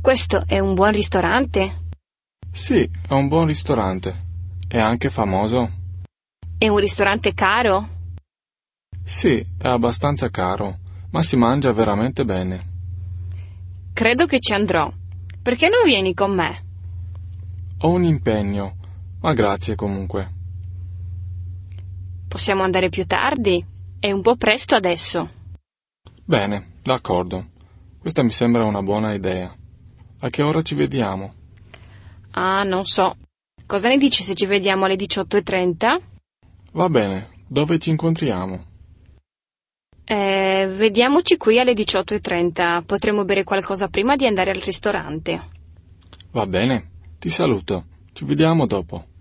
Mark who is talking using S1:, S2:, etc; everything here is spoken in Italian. S1: Questo è un buon ristorante?
S2: Sì, è un buon ristorante. È anche famoso.
S1: È un ristorante caro?
S2: Sì, è abbastanza caro, ma si mangia veramente bene.
S1: Credo che ci andrò. Perché non vieni con me?
S2: Ho un impegno, ma grazie comunque.
S1: Possiamo andare più tardi? È un po' presto adesso.
S2: Bene, d'accordo. Questa mi sembra una buona idea. A che ora ci vediamo?
S1: Ah, non so. Cosa ne dici se ci vediamo alle 18.30?
S2: Va bene, dove ci incontriamo?
S1: Eh, vediamoci qui alle 18.30. Potremmo bere qualcosa prima di andare al ristorante.
S2: Va bene, ti saluto. Ci vediamo dopo.